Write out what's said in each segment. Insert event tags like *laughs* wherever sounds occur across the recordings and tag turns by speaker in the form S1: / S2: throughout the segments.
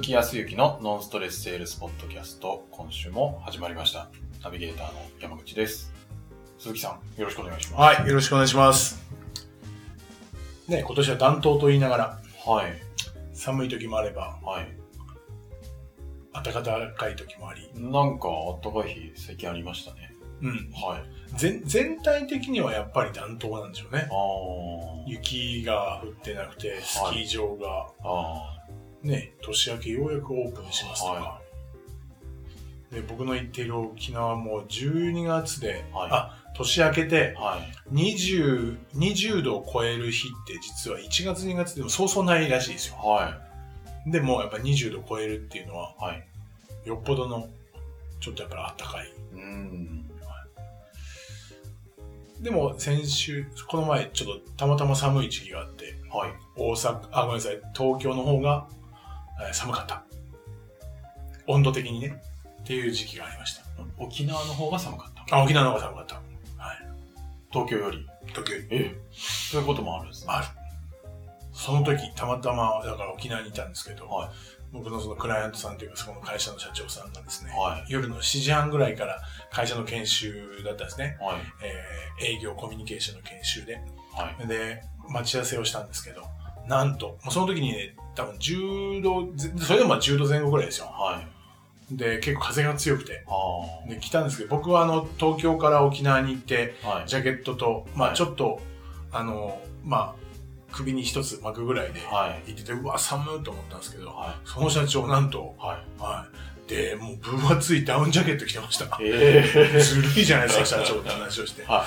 S1: 木康之のノンストレスセールスポッドキャスト、今週も始まりました。ナビゲーターの山口です。鈴木さん、よろしくお願いします。
S2: はい、よろしくお願いします。ね、今年は暖冬と言いながら、
S1: はい。
S2: 寒い時もあれば、
S1: はい。
S2: 暖かい時もあり、
S1: なんか、あったかい日、最近ありましたね。
S2: うん。
S1: はい。
S2: 全全体的にはやっぱり暖冬なんでしょうね。
S1: あ
S2: 雪が降ってなくて、スキー場が、
S1: ー。あ
S2: ね、年明けようやくオープンしますとか。
S1: は
S2: で僕の行っている沖縄も12月で、
S1: はい
S2: あ、年明けて
S1: ー。はい。
S2: 20、20度を超える日って実は1月2月でもそうそうないらしいですよ。
S1: は
S2: でもやっぱ20度超えるっていうのは、
S1: い。はい。
S2: よっぽどの、ちょっとやっぱりあったかい。
S1: うーん。
S2: でも先週、この前ちょっとたまたま寒い時期があって、
S1: はい。
S2: 大阪、あ、ごめんなさい、東京の方がえー寒かった。温度的にね、っていう時期がありました。
S1: 沖縄の方が寒かった。
S2: あ、沖縄の方が寒かった。
S1: 東京より。
S2: 東京より
S1: えそういうこともあるんですね。
S2: ある。その時、たまたま、だから沖縄にいたんですけど、
S1: はい
S2: 僕のそのクライアントさんというか、そこの会社の社長さんがですね、
S1: は
S2: 夜の7時半ぐらいから会社の研修だったんですね。
S1: い。はい。
S2: えー営業コミュニケーションの研修で。
S1: はい。
S2: で、待ち合わせをしたんですけど、なんと、もうその時にね、多分10度ぜ、それでもまあ10度前後ぐらいですよ。
S1: はい。
S2: で、結構風が強くて。
S1: あー。
S2: で、来たんですけど、僕はあの、東京から沖縄に行って、
S1: はい。
S2: ジャケットと、ま
S1: は
S2: あ
S1: い
S2: ちょっと、あの、まあ、首に一つ巻くぐらいで、
S1: はい。
S2: 行ってて、うわ、寒いと思ったんですけど、
S1: は
S2: その社長、なんと、
S1: い。はい。
S2: はい。で、もう分厚いダウンジャケット着てました。
S1: *laughs* ええ
S2: ずるいじゃないですか、社長って話をして
S1: ー。。は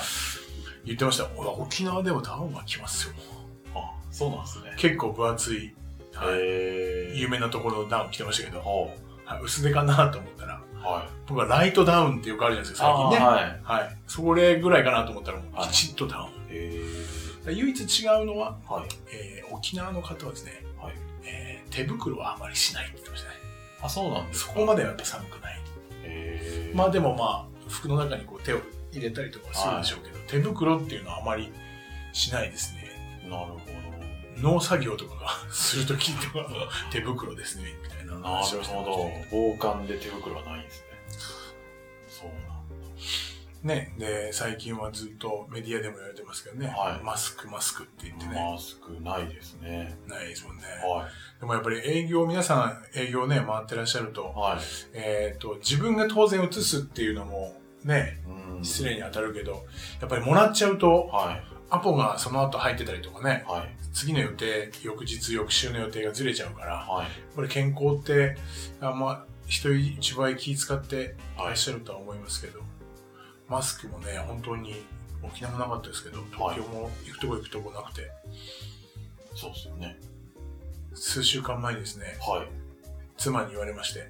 S1: い。
S2: 言ってました。ほら沖縄でもダウンは着ますよ。
S1: あ、そうなんですね。
S2: 結構分厚い、はい
S1: えー。
S2: 有名なところのダウン着てましたけど、
S1: ほ
S2: はい薄手かなと思ったら、
S1: う。はい。
S2: 僕はライトダウンってよくあるじゃないですか、最近ね。
S1: はい。
S2: はい。それぐらいかなと思ったら、もう
S1: はい
S2: きちっとダウン。
S1: え
S2: 唯一違うのは、
S1: ー。はい。
S2: えー沖縄の方はですね、
S1: はい
S2: えー手袋はあまりしないって言ってましたね。
S1: あ、そうなんです
S2: そ
S1: か。
S2: こまではやっぱ寒くない。
S1: えー。
S2: まあでもまあ、服の中にこう手を入れたりとかはするんでしょうけど、手袋っていうのはあまりしないですね。
S1: なるほ
S2: 農作業とかがするときとか手袋ですねみたいな
S1: ど。な
S2: 話
S1: る
S2: をしてま
S1: ほ
S2: した
S1: ど
S2: ね。
S1: 防寒で手袋はないんですね。そうなん
S2: ねで最近はずっとメディアでも言われてますけどね、
S1: はい
S2: マスクマスクって言って
S1: だ。
S2: ね、
S1: マスクないですね。
S2: ないですもんね
S1: は
S2: でもやっぱり営業皆さん営業ね回ってらっしゃる
S1: い。
S2: と,、
S1: はい。
S2: えー、と自分が当然移すっていうのもね
S1: うん。
S2: 失礼に当たるけどやっぱりもらっちゃうと
S1: は
S2: アポがその後入ってたりとかね
S1: い。はい。
S2: 次の予定翌日翌週の予定がずれちゃうから
S1: はい。
S2: やっぱり健康ってあんま人一倍気使ってい
S1: は
S2: ら
S1: い
S2: っ。しゃるとは思いますけど、マスクもね、本当に沖縄もなかったですけど、東京も行くとこ行くとこなくて、
S1: そうですよね。
S2: 数週間前にですね、
S1: はい。
S2: 妻に言われまして、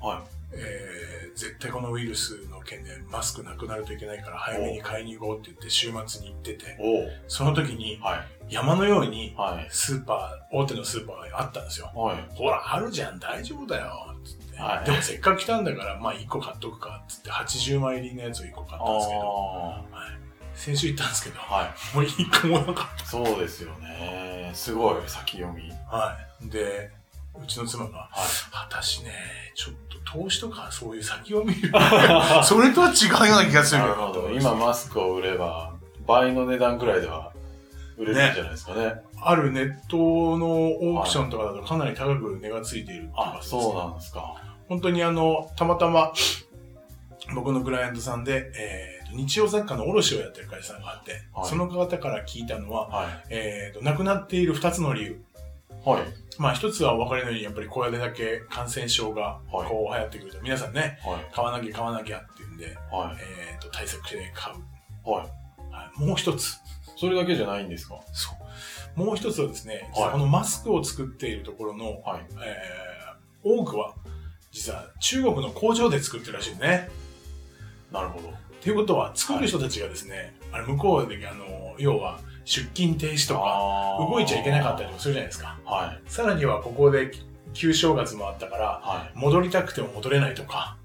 S1: は
S2: えー絶対このウイルスの件でマスクなくなるといけないから早めに買いに行こうって言って週末に行って
S1: い。
S2: て、
S1: おう
S2: その時に
S1: はい。
S2: 山のように
S1: はい。
S2: スーパー、大手のスーパーがあったんですよ。
S1: はい。
S2: ほら、あるじゃん、大丈夫だよ、つって。
S1: はい
S2: でもせっかく来たんだから、まあ1個買っとくか、つって80枚入りのやつを1個買ったんですけど、
S1: あ
S2: 先週行ったんですけど、 *laughs*
S1: あ。は
S2: もう一個もなかっ
S1: い。そうですよね。すごい、先読み。
S2: た。はい。で、うちの妻が、
S1: はい。
S2: *laughs* 私ね、ちょっと投資とかそういう先を
S1: *laughs*
S2: 見る。それとは違うような気がする
S1: な
S2: け
S1: る
S2: ど。
S1: ほ
S2: と
S1: ど。
S2: 思いました
S1: 今マスクを売れば、倍の値段くらいでは売れるんじゃないですかね。
S2: あるネットのオークションとかだとかなり高く値がついているっていう
S1: あ
S2: 感、じですね
S1: そうなんですか。
S2: 本当にあの、たまたま、僕のクライアントさんで、えーと日用雑貨の卸をやってる会社さんがあって、
S1: はい
S2: その方から聞いたのは、
S1: は
S2: えーと、亡くなっている二つの理由。
S1: い。はい。
S2: まあ一つはお分かりのようにやっぱりこれだけ感染症が
S1: はい
S2: こう流行ってくると、皆さんね
S1: はい。
S2: 買わなきゃ買わなきゃっていうんで、
S1: はい。
S2: えー、と対策して買う、
S1: はい。
S2: はい、もう一つ
S1: それだけじゃないんですか
S2: そうもう一つはですね、実
S1: は
S2: はいこのマスクを作っているところの、
S1: はい。
S2: えー多くは実は中国の工場で作ってるらしいですね
S1: なるほど。
S2: ということは作る人たちがですね、あれ向こうであの要は出勤停止とか
S1: あー
S2: 動いちゃいけなかったりもするじゃないですか
S1: はい。
S2: さらにはここで旧正月もあったから
S1: は
S2: 戻りたくても戻れないとか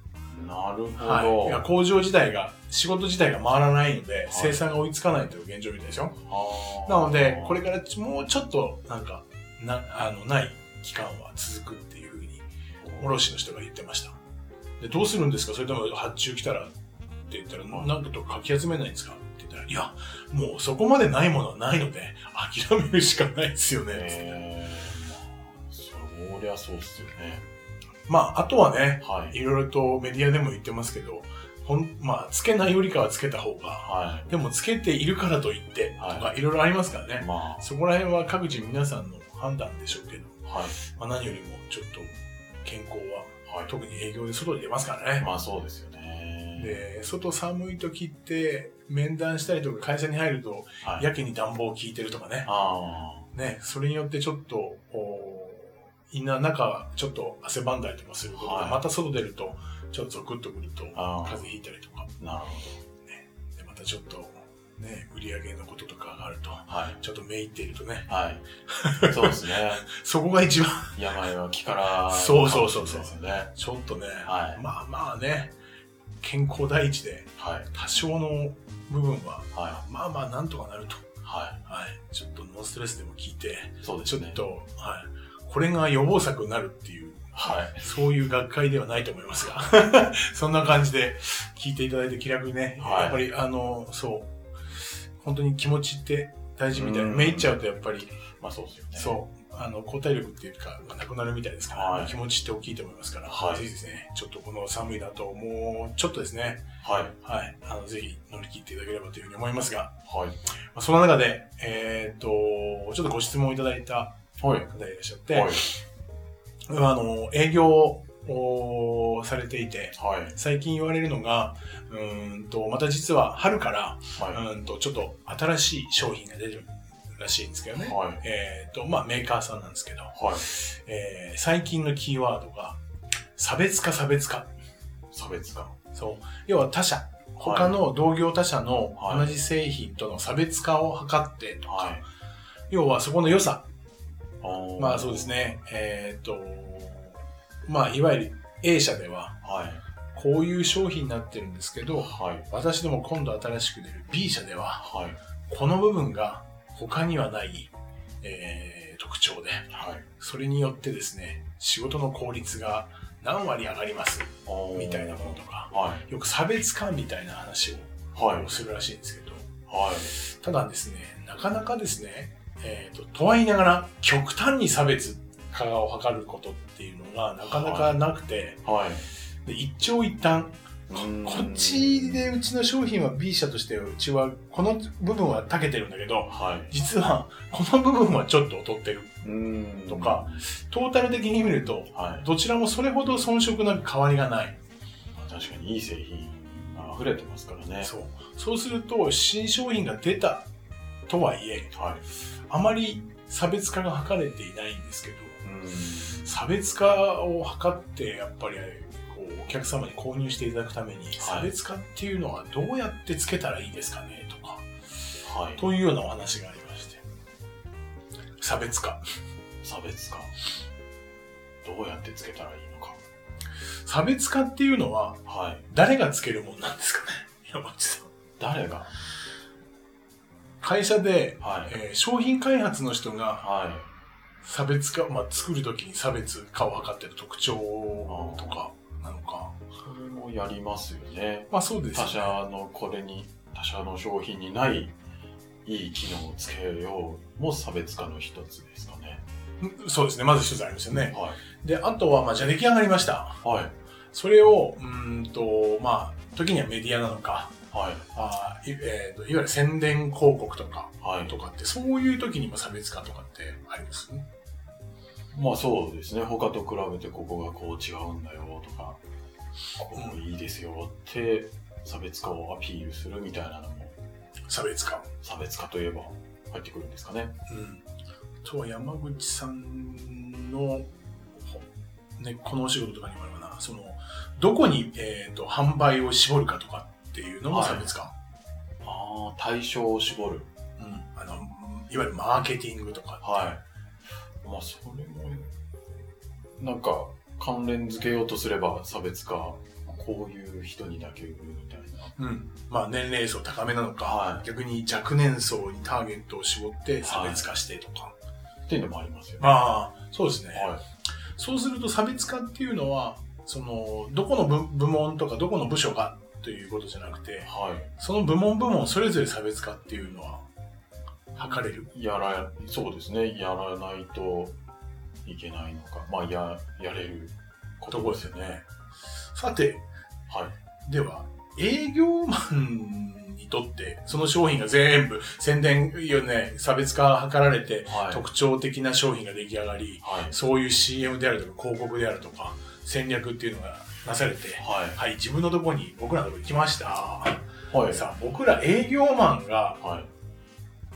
S1: い。なるほど。
S2: はい、いや工場自体が仕事自体が回らないので、
S1: い
S2: 生産が追いつかないという現状みたいでしょ
S1: あー
S2: なのでこれからちもうちょっとなんかなあのない期間は続くっていうふうに卸の人が言ってました。で、どうするんですかそれとも発注来たらって言ったら、ななんとかき集めないんですかって言ったら、いや、もうそこまでないものはないので、諦めるしかないですよね。つって
S1: えー、まあ、そりゃそうっすよね。
S2: まあ、あとはね、
S1: はい。
S2: いろいろとメディアでも言ってますけど、ほん、まあ、つけないよりかはつけた方が、
S1: は
S2: でもつけているからといって、と
S1: はい
S2: か、いろいろありますからね
S1: い。。ま
S2: そこら辺は各自皆さんの判断でしょうけど、
S1: あ、はい。
S2: まあ、何よりもちょっと健康は
S1: はい。
S2: 特に営業で外に出ますからね。
S1: まあそうですよね。
S2: で、外寒い時って面談したりとか会社に入ると
S1: はい。
S2: やけに暖房効いてるとかね。
S1: あ
S2: ね、それによってちょっと、おーいな中ちょっと汗ばんだりとかすることで、
S1: はい
S2: また外出るとちょっとゾクッとくると
S1: あ、あ
S2: 風邪ひいたりとか、
S1: あ、なるほ
S2: でまたちょっとね、売り上げのこととかがある
S1: ど。
S2: と、
S1: はい。
S2: ちょっとめいっているとね、 *laughs*
S1: はい。そうですね。
S2: そこが一番
S1: 病は気から。
S2: そうそうそうそう
S1: ですよね。
S2: ちょっとね、
S1: はい
S2: まあまあね、健康第一で、
S1: はい。
S2: 多少の部分は、
S1: は
S2: まあまあなんとかなると。
S1: い。は
S2: はい。ちょっとノンストレスでも聞いて、
S1: い。そうで
S2: ちょ
S1: す
S2: っ
S1: ね。
S2: と、はい。これが予防策になるっていう、
S1: はい。
S2: そういう学会ではないと思いますが、 *laughs* そんな感じで聞いていただいて気楽にね、
S1: はい
S2: やっぱりあの、そう、本当に気持ちって大事みたいな、
S1: うん
S2: めいっちゃうとやっぱり、
S1: まあそうですよね。う。
S2: そう、あの、抗体力っていうか、まあなくなるみたいですから、
S1: はい
S2: 気持ちって大きいと思いますから、
S1: はい
S2: ぜひですね、ちょっとこの寒いだと、もうちょっとですね、
S1: はい。
S2: はい、あの、ぜひ乗り切っていただければというふうに思いますが、
S1: はい。
S2: まあその中で、えーっと、ちょっとご質問いただいた
S1: はい。
S2: 方がいらっしゃって、
S1: はい。
S2: あの、営業をされていて、
S1: はい。
S2: 最近言われるのが、うーんと、また実は春から、う
S1: はい。
S2: ーんと、ちょっと新しい商品が出るらしいんですけどね。
S1: はい。
S2: えーっと、まあ、メーカーさんなんですけど、
S1: はい。
S2: えー最近のキーワードが、差別化差別化。
S1: 差別化。
S2: そう。要は他社。他の同業他社の
S1: はい
S2: 同じ製品との差別化を図ってとか、
S1: はい。
S2: 要はそこの良さ。
S1: あー
S2: まあそうです。ね。えーっと、まあいわゆる A 社では、
S1: はい。
S2: こういう商品になってるんですけど、
S1: はい。
S2: 私ども今度新しく出る B 社では、
S1: はい。
S2: この部分が他にはない、えー特徴で、
S1: はい。
S2: それによってですね、仕事の効率が何割上がります、
S1: あー
S2: みたいなものとか。
S1: は
S2: よく差別化みたいな話
S1: い。はい
S2: を。するらしいんですけど、
S1: はい。
S2: ただですね、なかなかですね、えーと、とは言いながら極端に差別化を図ることっていうのがなかなかなくて、
S1: はい。
S2: で一長一短、
S1: う
S2: こ
S1: ーん
S2: こっち。でうちの商品は B 社としてうちはこの部分は長けてるんだけど、
S1: はい。
S2: 実はこの部分はちょっと劣ってる
S1: うーん
S2: とか。、トータル的に見ると、
S1: はい。
S2: どちらもそれほど遜色なく変わりがない。
S1: まあ確かにいい製品が溢れてますからね。
S2: そうそうすると、新商品が出たとはいえ、
S1: はい。
S2: あまり差別化が図れていないんですけど、
S1: うーん
S2: 差別化を図って、やっぱりこうお客様に購入していただくために、差別化っていうのはどうやってつけたらいいですかねとか、
S1: はい。
S2: というようなお話がありまして。差別化。
S1: 差別化。どうやってつけたらいいのか。
S2: 差別化っていうのは、
S1: はい。
S2: 誰がつけるもんなんですかね *laughs* 山内さん。
S1: 誰が
S2: 会社で、
S1: はい。
S2: えー商品開発の人が
S1: は
S2: 差別化、まあ、作るときに差別化を図ってる特徴とかなのか。
S1: い。それもやりますよね。
S2: まあそうです
S1: 他
S2: よ
S1: 社のこれに、他社の商品にないいい機能をつけようも差別化の一つですかね。
S2: うんそうですね。まず一つありますよね。
S1: は
S2: で、あとは、まあ、じゃあ出来上がりました。
S1: い。はい。
S2: それを、うーんと、まあ、時にはメディアなのか、
S1: はい。
S2: あーいえーといわゆる宣伝広告とか、
S1: はい。
S2: とかって、そういう時にも差別化とかってあります
S1: まあそうですね他と比べてここがこう違うんだよとかここいいですよって差別化をアピールするみたいなのも
S2: 差別化。
S1: 差別化といえば入ってくるんですかね
S2: うん。とは山口さんの、ほね、このお仕事とかにもあるかな、その、どこに、えー、と販売を絞るかとかっていうのも
S1: はい
S2: 差別化。
S1: ああ対象を絞る
S2: うん。あの、いわゆるマーケティングとか。
S1: はいまあそれもなんか関連付けようとすれば差別化こういう人にだけ売るみたいな
S2: うん。まあ、年齢層高めなのか、
S1: はい
S2: 逆に若年層にターゲットを絞って差別化してとか。
S1: っていうのもありますよね
S2: まあ、そうですね。
S1: はい
S2: そうすると差別化っていうのは、その、どこの部部門とかどこの部署かということじゃなくて、
S1: は
S2: その部門部門それぞれ差別化っていうのは、測れる。
S1: い。やら、そうですね。やらないといけないのか。まあ、や、やれることですよね。
S2: さて、
S1: はい。
S2: では、営業マンにとって、その商品が全部宣伝、いいよね、差別化が図られて、
S1: はい。
S2: 特徴的な商品が出来上がり、
S1: はい。
S2: そういう CM であるとか広告であるとか戦略っていうのがなされて、
S1: は
S2: はい、自分のとこに僕らのとこ行きました。
S1: い。はい。
S2: さあ、僕ら営業マンが
S1: はい。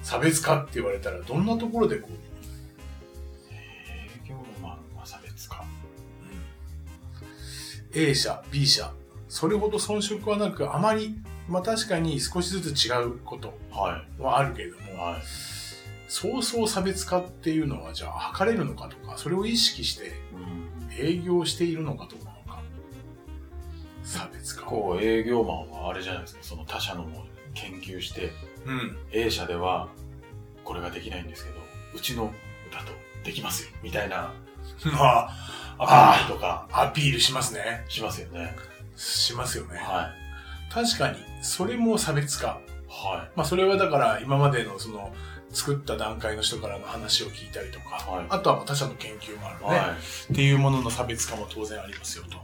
S2: 差別化って言われたらどんなところでこう、
S1: 営業マンが差別化。
S2: うん A 社、B 社、それほど遜色はなく、あまり、まあ確かに少しずつ違うこと
S1: は
S2: はあるけれど
S1: い。
S2: も、
S1: はい。
S2: そうそう差別化っていうのはじゃあ測れるのかとか、それを意識して
S1: うん。
S2: 営業しているのかどうなのか。差別化。
S1: こう、営業マンはあれじゃないですか。その他社のものを研究して、
S2: うん。
S1: A 社ではこれができないんですけど、うちのだとできますよ。みたいな
S2: ま
S1: アピールとか
S2: あ、アピールしますね。
S1: しますよね。
S2: しますよね。
S1: はい。
S2: 確かに、それも差別化。
S1: は
S2: まあ、それはだから、今までのその、作った段階の人からの話を聞いたりとか、
S1: はい
S2: あとは他者の研究もある
S1: い。
S2: ね、
S1: は
S2: っていうものの差別化も当然ありますよと。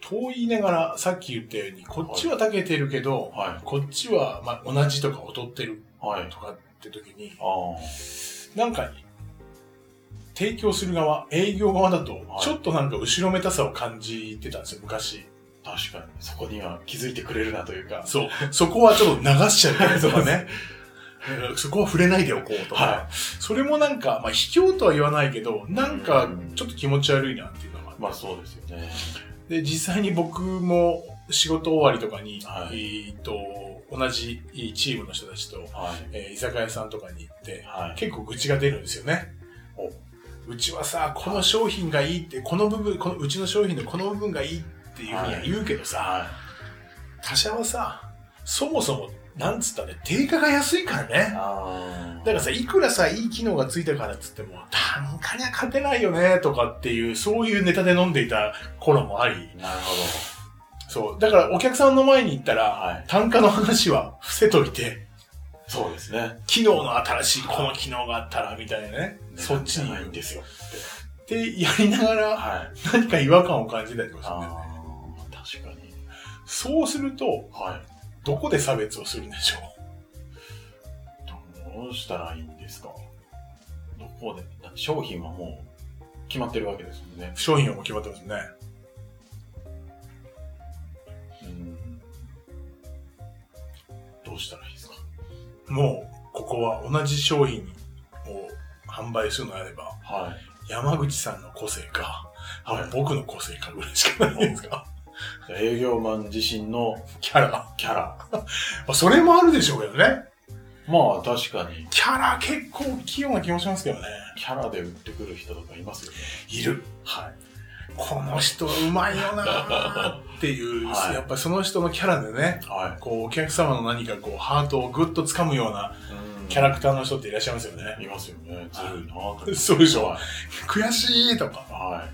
S2: と言いながら、さっき言ったように、こっちは長けてるけど、
S1: い。は
S2: こっちは、まあ、同じとか劣ってる
S1: い。はい。
S2: とかって時に、
S1: ああ。
S2: なんか、提供する側、営業側だと
S1: は、い
S2: ちょっとなんか後ろめたさを感じてたんですよ、昔。
S1: 確かに。そこには気づいてくれるなというか。
S2: そう。そこはちょっと流しちゃうと
S1: そう
S2: か
S1: で
S2: ね。そこは触れないでおこうとか。
S1: は
S2: それもなんか、まあ、卑怯とは言わないけど、なんか、ちょっと気持ち悪いなっていうのがあって
S1: まあそうですよね。
S2: で、実際に僕も仕事終わりとかに、
S1: は
S2: えーっと、同じチームの人たちと、
S1: はい。
S2: えー居酒屋さんとかに行って、
S1: はい。
S2: 結構愚痴が出るんですよね。うちはさ、この商品がいいって、この部分、このうちの商品のこの部分がいいっていうふうには言うけどさ、
S1: は
S2: 他社はさ、そもそも、なんつったら定価が安いから
S1: い。
S2: ね。
S1: ああ。
S2: だからさ、いくらさ、いい機能がついたからっつっても、単価には勝てないよね、とかっていう、そういうネタで飲んでいた頃もあり、
S1: なるほ
S2: そう。だからお客さんの前に行ったら、
S1: はい
S2: 単価の話は伏せといて、
S1: ど。そうですね。
S2: 機能の新しい、この機能があったら、みたいなね。そっちに
S1: な
S2: 行
S1: いん
S2: っ
S1: ですよ。
S2: てやりながら、
S1: はい。
S2: 何か違和感を感じたりとかするんだよね。
S1: ああ。確かに。
S2: そうすると、
S1: はい。
S2: どこで差別をするんでしょ
S1: どうしたらいいんですかどこでだって商品はもう決まってるわけですもんね。
S2: う商品はもう決まってますね。
S1: うん。どうしたらいいですか
S2: もう、ここは同じ商品を販売するのであれば、
S1: は
S2: 山口さんの個性か、
S1: はい
S2: あの僕の個性かぐらいしかないですか。
S1: い。営業マン自身の
S2: キャラ。
S1: キャラ。
S2: *laughs* まあそれもあるでしょうけどね。
S1: まあ確かに、
S2: キャラ結構大きいような気もしますけどね。
S1: キャラで売ってくる人とかいますよね。
S2: いる。
S1: はい。
S2: この人うまいよなーっていう、
S1: *laughs* はい
S2: やっぱりその人のキャラでね、
S1: は。
S2: こうお客様の何かこうハートをぐっと掴むようないキャラクターの人っていらっしゃいますよね。
S1: いますよね。ずるいなぁと。
S2: そうでしょ
S1: は。
S2: 悔しいとか
S1: い。。は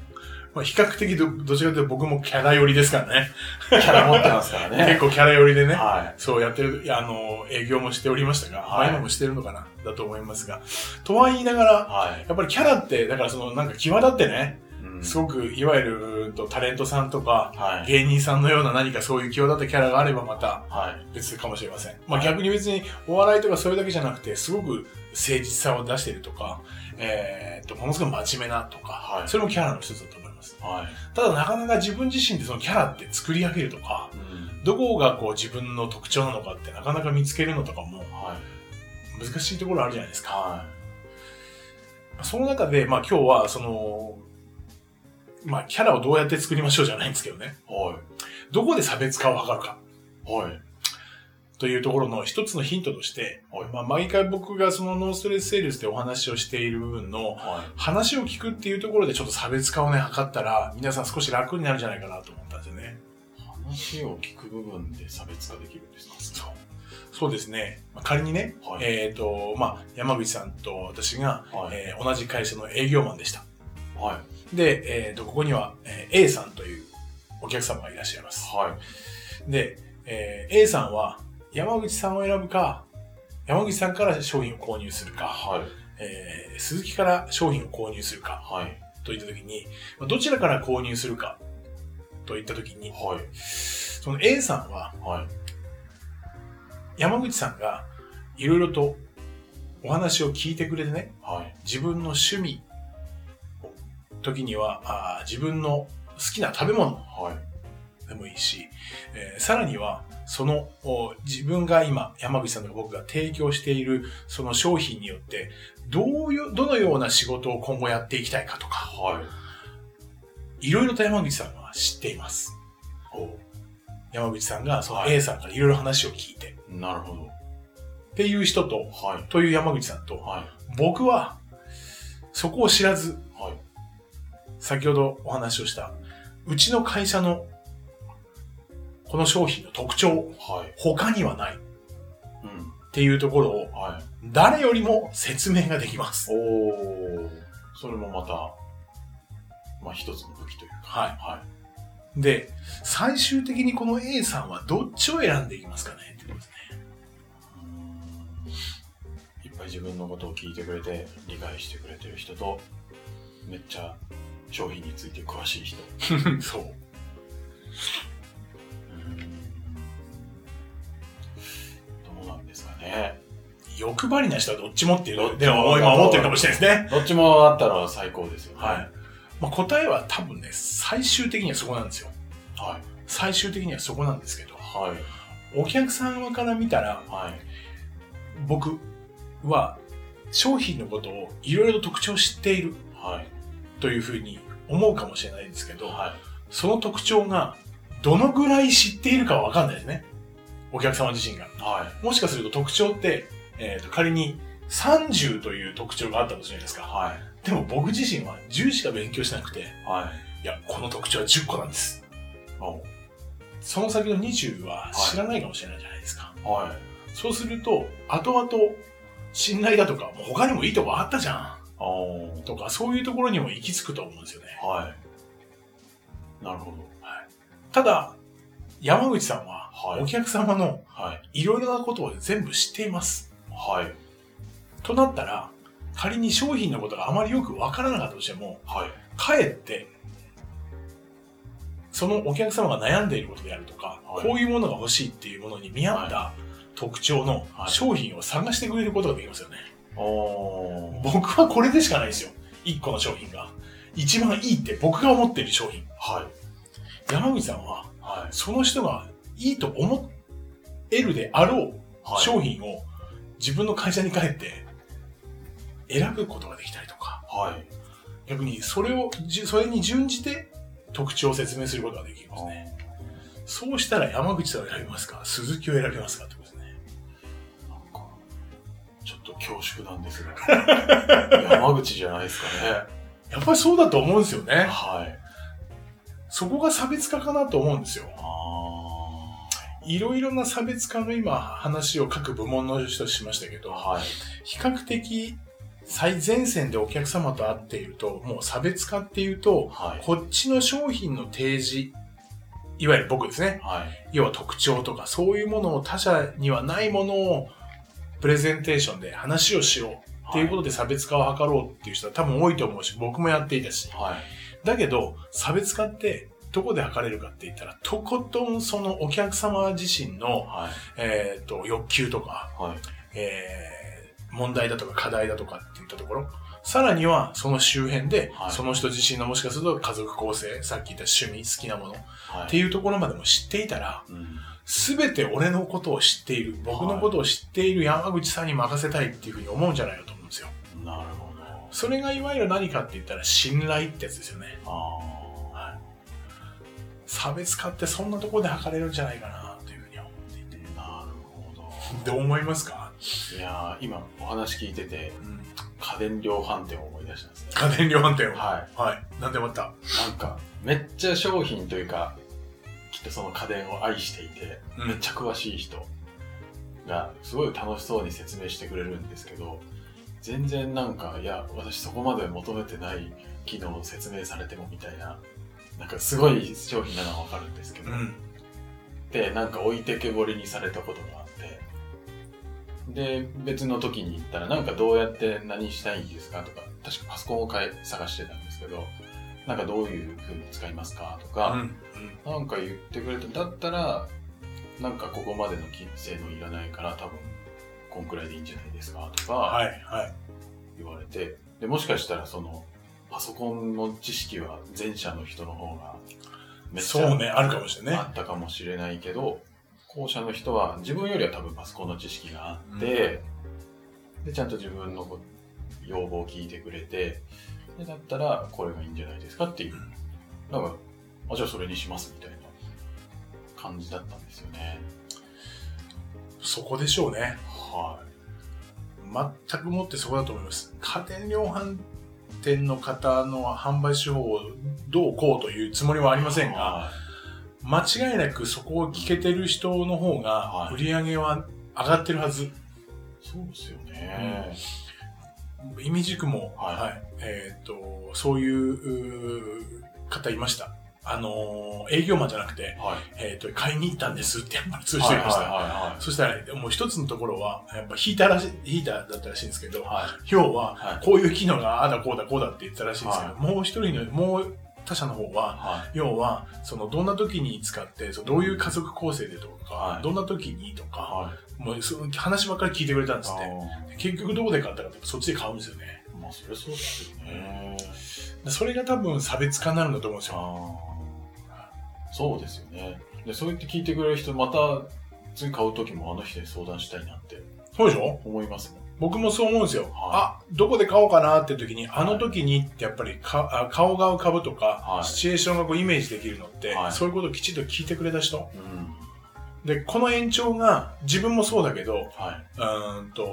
S2: まあ、比較的ど、どちらかというと僕もキャラ寄りですからね。
S1: い。キャラ持ってますからね。
S2: 結構キャラ寄りでね。
S1: は
S2: そうやってる、いやあの、営業もしておりましたが、
S1: はい
S2: まあ今もしてるのかな、だと思いますが。とは言いながら
S1: い。、はい。
S2: やっぱりキャラって、だからその、なんか際立ってね、
S1: うん
S2: すごく、いわゆるうんと、タレントさんとか、
S1: はい。
S2: 芸人さんのような何かそういう際立ったキャラがあればまた
S1: はい。
S2: 別かもしれません。まあ逆に別にお笑いとかそういうだけじゃなくて、すごく誠実さを出してるとか、えーっと、ものすごく真面目なとか、
S1: はい
S2: それもキャラの一つだと思います。
S1: はい。
S2: ただなかなか自分自身でそのキャラって作り上げるとか、
S1: うん
S2: どこがこう自分の特徴なのかってなかなか見つけるのとかも
S1: はい。
S2: 難しいところあるじゃないですか。
S1: は
S2: その中で、まあ今日はその、まあキャラをどうやって作りましょうじゃないんですけどね。
S1: い。は
S2: どこで差別化を図るか
S1: い。はい。
S2: というところの一つのヒントとして、
S1: はい
S2: まあ毎回僕がそのノーストレスセールスでお話をしている部分の
S1: はい。
S2: 話を聞くっていうところでちょっと差別化をね、図ったら皆さん少し楽になるんじゃないかなと思ったんですよね。
S1: 話を聞く部分で差別化できるんですか
S2: そう。そうですね。まあ仮にね、
S1: はい
S2: えっ、と、まあ、山口さんと私が、
S1: はい。
S2: えー同じ会社の営業マンでした。
S1: はい。
S2: で、えっ、と、ここには、えー A さんというお客様がいらっしゃいます。
S1: はい。
S2: で、えー A さんは山口さんを選ぶか、山口さんから商品を購入するか、
S1: はい。
S2: えー鈴木から商品を購入するか
S1: はい。
S2: といったときに、まあどちらから購入するかといったときに、
S1: はい。
S2: その A さんは
S1: はい。
S2: 山口さんがいろいろとお話を聞いてくれてね、
S1: はい。
S2: 自分の趣味、時にはあー自分の好きな食べ物
S1: はい。
S2: でもいいし、えーさらには、その、お自分が今、山口さんとか僕が提供している、その商品によって、どういう、どのような仕事を今後やっていきたいかとか、
S1: はい。
S2: いろいろと山口さんは知っています。山口さんが、その
S1: はい
S2: A さんからいろいろ話を聞いて、
S1: なるほど。
S2: っていう人と、
S1: はい。
S2: という山口さんと、
S1: はい。
S2: 僕は、そこを知らず、
S1: はい。
S2: 先ほどお話をした、うちの会社の、この商品の特徴、
S1: はい。
S2: 他にはないっ
S1: うん。
S2: ていうところを、
S1: はい。
S2: 誰よりも説明ができます。
S1: おー。それもまた、まあ一つの武器というか。
S2: は。
S1: はい
S2: で、最終的にこの A さんはどっちを選んでいきますかねってことですね。
S1: い。いっぱい自分のことを聞いてくれて、理解してくれてる人と、めっちゃ商品について詳しい人。 *laughs*
S2: そう。
S1: どうなんですかね。
S2: 欲張りな人はどっちもっていう
S1: どっ
S2: の
S1: ち
S2: で
S1: も
S2: も今思ってるかもしれないですね。
S1: どっちもあったら最高ですよね。
S2: はい。まあ、答えは多分ね、最終的にはそこなんですよ。
S1: はい。
S2: 最終的にはそこなんですけど、
S1: はい。
S2: お客様から見たら、
S1: はい。
S2: 僕は商品のことをいろいろと特徴を知っている
S1: はい。
S2: というふうに思うかもしれないですけど、
S1: は
S2: その特徴がどのぐらい知っているかはわかんないですね。お客様自身が。
S1: い。はい。
S2: もしかすると特徴って、えーと仮に30という特徴があったとするじゃないですか。
S1: はい。
S2: でも僕自身は10しか勉強してなくて、
S1: はい。
S2: いや、この特徴は10個なんです。
S1: お
S2: その先の20は
S1: はい
S2: 知らないかもしれないじゃないですか。
S1: はい。
S2: そうすると、後々、信頼だとか、もう他にもいいとこあったじゃ
S1: お
S2: ん。とか、そういうところにも行き着くと思うんですよね。
S1: はい。なるほど。
S2: ただ、山口さんは、
S1: はい
S2: お客様の
S1: はい。
S2: いろいろなことを全部知っています。
S1: はい。
S2: となったら仮に商品のことがあまりよくわからなかったとしても
S1: はい。
S2: かえってそのお客様が悩んでいることであるとか、
S1: はい
S2: こういうものが欲しいっていうものに見合った特徴の
S1: はい
S2: 商品を探してくれることができますよね、
S1: お
S2: 僕はこれでしかないですよ1個の商品が一番いいって僕が思っている商品
S1: はい。
S2: 山口さんは
S1: はい。
S2: その人がいいと思えるであろう
S1: はい。
S2: 商品を自分の会社に帰って選ぶことができたりとか
S1: はい。
S2: 逆にそれをじゅそれに準じて特徴を説明することができますねそうしたら山口さんを選びますか鈴木を選びますかってことですね
S1: なんか、ちょっと恐縮なん
S2: *laughs*
S1: ですが。山口じゃないですかね。
S2: やっぱりそうだと思うんですよね
S1: はい。
S2: そこが差別化かなと思うんですよ
S1: あ
S2: いろいろな差別化の今話を各部門の人としましたけ
S1: ー
S2: ど
S1: はい。
S2: 比較的最前線でお客様と会っているともう差別化っていうと
S1: はい。
S2: こっちの商品の提示いわゆる僕ですね
S1: はい。
S2: 要は特徴とかそういうものを他社にはないものをプレゼンテーションで話をしようっていうことで差別化を図ろうっていう人は多分多いと思うし僕もやっていたし
S1: はい。
S2: だけど差別化ってどこで測れるかって言ったらとことんそのお客様自身の、
S1: はい。
S2: えー、と欲求とか、
S1: はい。
S2: えー問題だとか課題だとかっていったところさらにはその周辺で、
S1: はい
S2: その人自身のもしかすると家族構成さっき言った趣味好きなものっ
S1: はい。
S2: ていうところまでも知っていたら
S1: うん。
S2: すべて俺のことを知っている、僕のことを知っている山口さんに任せたいっていうふうに思うんじゃないかと思うんですよ。
S1: なるほど。
S2: それがいわゆる何かって言ったら信頼ってやつですよね。
S1: あ
S2: 差別化ってそんなところで測れるんじゃないかなというふうには思っていて。
S1: ーなるほど。
S2: どう思いますか、
S1: いやー今お話聞いてて、
S2: うん、
S1: 家電量販店を思い出したんですね。
S2: 家電量販店を。
S1: はい。
S2: はい。なんでまた。
S1: なんか、めっちゃ商品というか、きっとその家電を愛していて、
S2: うん
S1: めっちゃ詳しい人が、すごい楽しそうに説明してくれるんですけど、全然なんか、いや、私そこまで求めてない機能を説明されてもみたいな、なんかすごい商品なのはわかるんですけど、
S2: うん。
S1: で、なんか置いてけぼりにされたことがあって、で、別の時に行ったら、なんかどうやって何したいんですかとか、確かパソコンを買い探してたんですけど、なんかどういう風に使いますかとか、
S2: うん。
S1: なんか言ってくれただったら、なんかここまでのき性能いらないから多分、こんくらいでいいんじゃないですかと
S2: は
S1: か
S2: い、はい。
S1: 言われて、で、もしかしたらその、パソコンの知識は前者の人の方が、めっち
S2: そう
S1: ゃ
S2: ね、あるかもしれないね
S1: あ。ったかもしれないけど、後者の人は自分よりは多分パソコンの知識があって、で、ちゃんと自分のこ要望を聞いてくれて、で、だったらこれがいいんじゃないですかっていう。なんか、あ、じゃあそれにしますみたいな感じだったんですよね。
S2: そこでしょうね。
S1: は
S2: 全くもってそこだと思います。家電量販店の方の販売手法をどうこうというつもりはありま
S1: い。
S2: せんが、
S1: は
S2: 間違いなくそこを聞けてる人の方が
S1: はい
S2: 売り上げは上がってるはず。
S1: い、そうですよね。
S2: 意味軸も、は、
S1: はいい
S2: えーっ、と、そういううー方いました。あのー営業マンじゃなくて、
S1: はい。
S2: えーっ、と、買いに行ったんですってやっぱり通じ
S1: は
S2: て
S1: い
S2: いました。
S1: は
S2: そしたら、もう一つのところは、やっぱヒーターらしい、ヒーターだったらしいんですけど
S1: い、はい。はい。
S2: 要は、
S1: はい。
S2: こういう機能がああだこうだこうだって言ってたらしいんですけど、
S1: は
S2: もう一人の、もう他社の方は、
S1: はい。
S2: 要は、その、どんな時に使って、そのどういう家族構成でとか、
S1: はい
S2: どんな時にとか、
S1: はい。
S2: もうその話ばっかり聞いてくれたんです
S1: あ
S2: って。結局どこで買ったかって、そっちで買うんですよね。
S1: ーまあ、それそうですよね。
S2: それが多分差別化になるんだと思うんですよ。
S1: ああそうですよねでそうやって聞いてくれる人また次買う時もあの人に相談したいなって
S2: そうでしょ
S1: 思いますもん
S2: 僕もそう思うんですよ。あ
S1: は、
S2: どこで買おうかなって時に、あの時にってやっぱりか、あ顔が浮かぶとか、
S1: はい
S2: シチュエーションがこうイメージできるのって、
S1: はい
S2: そういうことをきちんと聞いてくれた人
S1: うん
S2: で、この延長が、自分もそうだけど、
S1: は
S2: うーんと、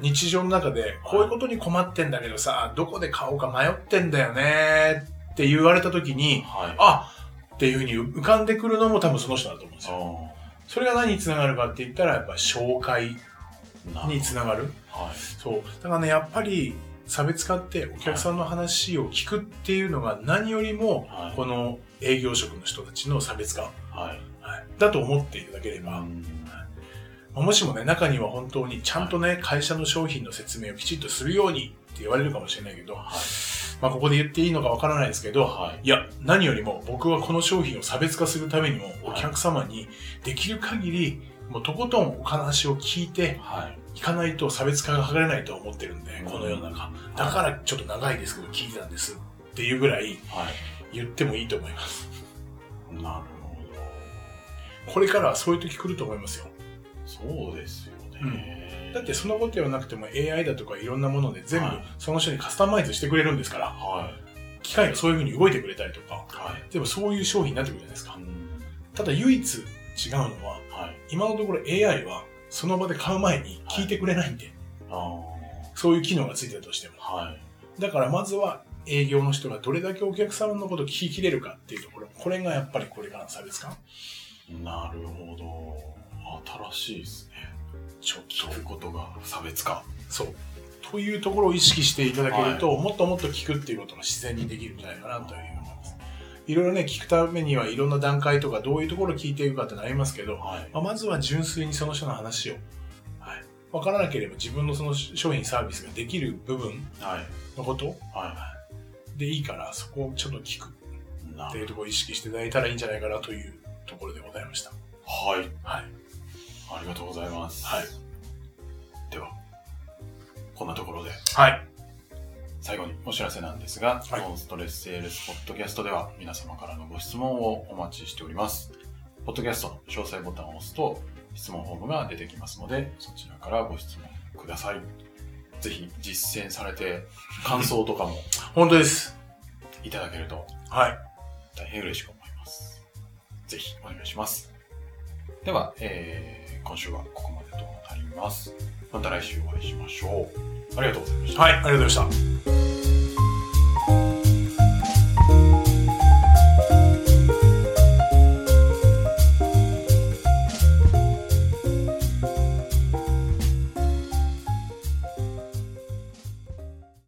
S2: 日常の中で、こういうことに困ってんだけどさ、どこで買おうか迷ってんだよねって言われた時
S1: い
S2: に、
S1: はい
S2: あっていうふうに浮かんでくるのも多分その人だと思うんですよ。
S1: あ
S2: それが何につながるかって言ったら、やっぱ紹介
S1: ー
S2: につながる。
S1: はい
S2: そう。だからね、やっぱり、差別化ってお客さんの話を聞くっていうのが何よりも、
S1: はい
S2: この営業職の人たちの差別化、
S1: はい
S2: はいだと思っていただければ、
S1: うん
S2: まあもしもね、中には本当にちゃんとね、会社の商品の説明をきちっとするようにって言われるかもしれないけど、
S1: は
S2: まあ、ここで言っていいのかわからないですけ
S1: い
S2: ど、
S1: はい
S2: いや、何よりも僕はこの商品を差別化するためにも、お客様にできる限り、もうとことんお話を聞いて
S1: はい
S2: いかないと差別化が図れないと思ってるんで、この世の中。だ
S1: ら
S2: からちょっと長いですけど聞いてたんですっていうぐらい
S1: はい
S2: 言ってもいいと思います。
S1: なるほど
S2: これからはそういう時来ると思いますよ。
S1: そうですよね
S2: だってそのことではなくても AI だとかいろんなもので全部
S1: はい
S2: その人にカスタマイズしてくれるんですから、
S1: はい
S2: 機械がそういう風に動いてくれたりとか、
S1: はい
S2: でもそういう商品になってくるじゃないです
S1: う
S2: か。
S1: ん
S2: ただ唯一違うのは、
S1: はい
S2: 今のところ AI はその場で買う前に聞いてくれないんで、
S1: あー
S2: そういう機能がついてたとしても。
S1: はい
S2: だからまずは営業の人がどれだけお客様のことを聞き切れるかっていうところ、これがやっぱりこれからの差別化。
S1: なるほど新しいですね
S2: ちょっ
S1: そういうことが差別化
S2: そう。というところを意識していただけると、もっともっと聞くっていうことが自然にできるんじゃないかなというふうに思います。いろいろね、聞くためにはいろんな段階とか、どういうところを聞いていくかってなりますけど、
S1: はい
S2: まあ、まずは純粋にその人の話を、はい。わからなければ自分のその商品サービスができる部分
S1: はい
S2: のこと
S1: は
S2: でいいから、そこをちょっと聞く
S1: いな
S2: っていうところを意識していただいたらいいんじゃないかなというところでございました。
S1: はい
S2: はい。
S1: ありがとうございます。
S2: はい。
S1: では、こんなところで、
S2: はい。
S1: 最後にお知らせなんですが、
S2: はい
S1: ノンストレスセールスポッドキャストでは皆様からのご質問をお待ちしております。ポッドキャストの詳細ボタンを押すと質問フォームが出てきますので、そちらからご質問ください。ぜひ実践されて感想とかも
S2: 本当です。
S1: いただけると
S2: はい。
S1: 大変嬉しく思います。ぜひお願いします。では、えー今週はここまでとなります。また来週お会いしましょう。ありがとうございました。
S2: はい。ありがとうございました。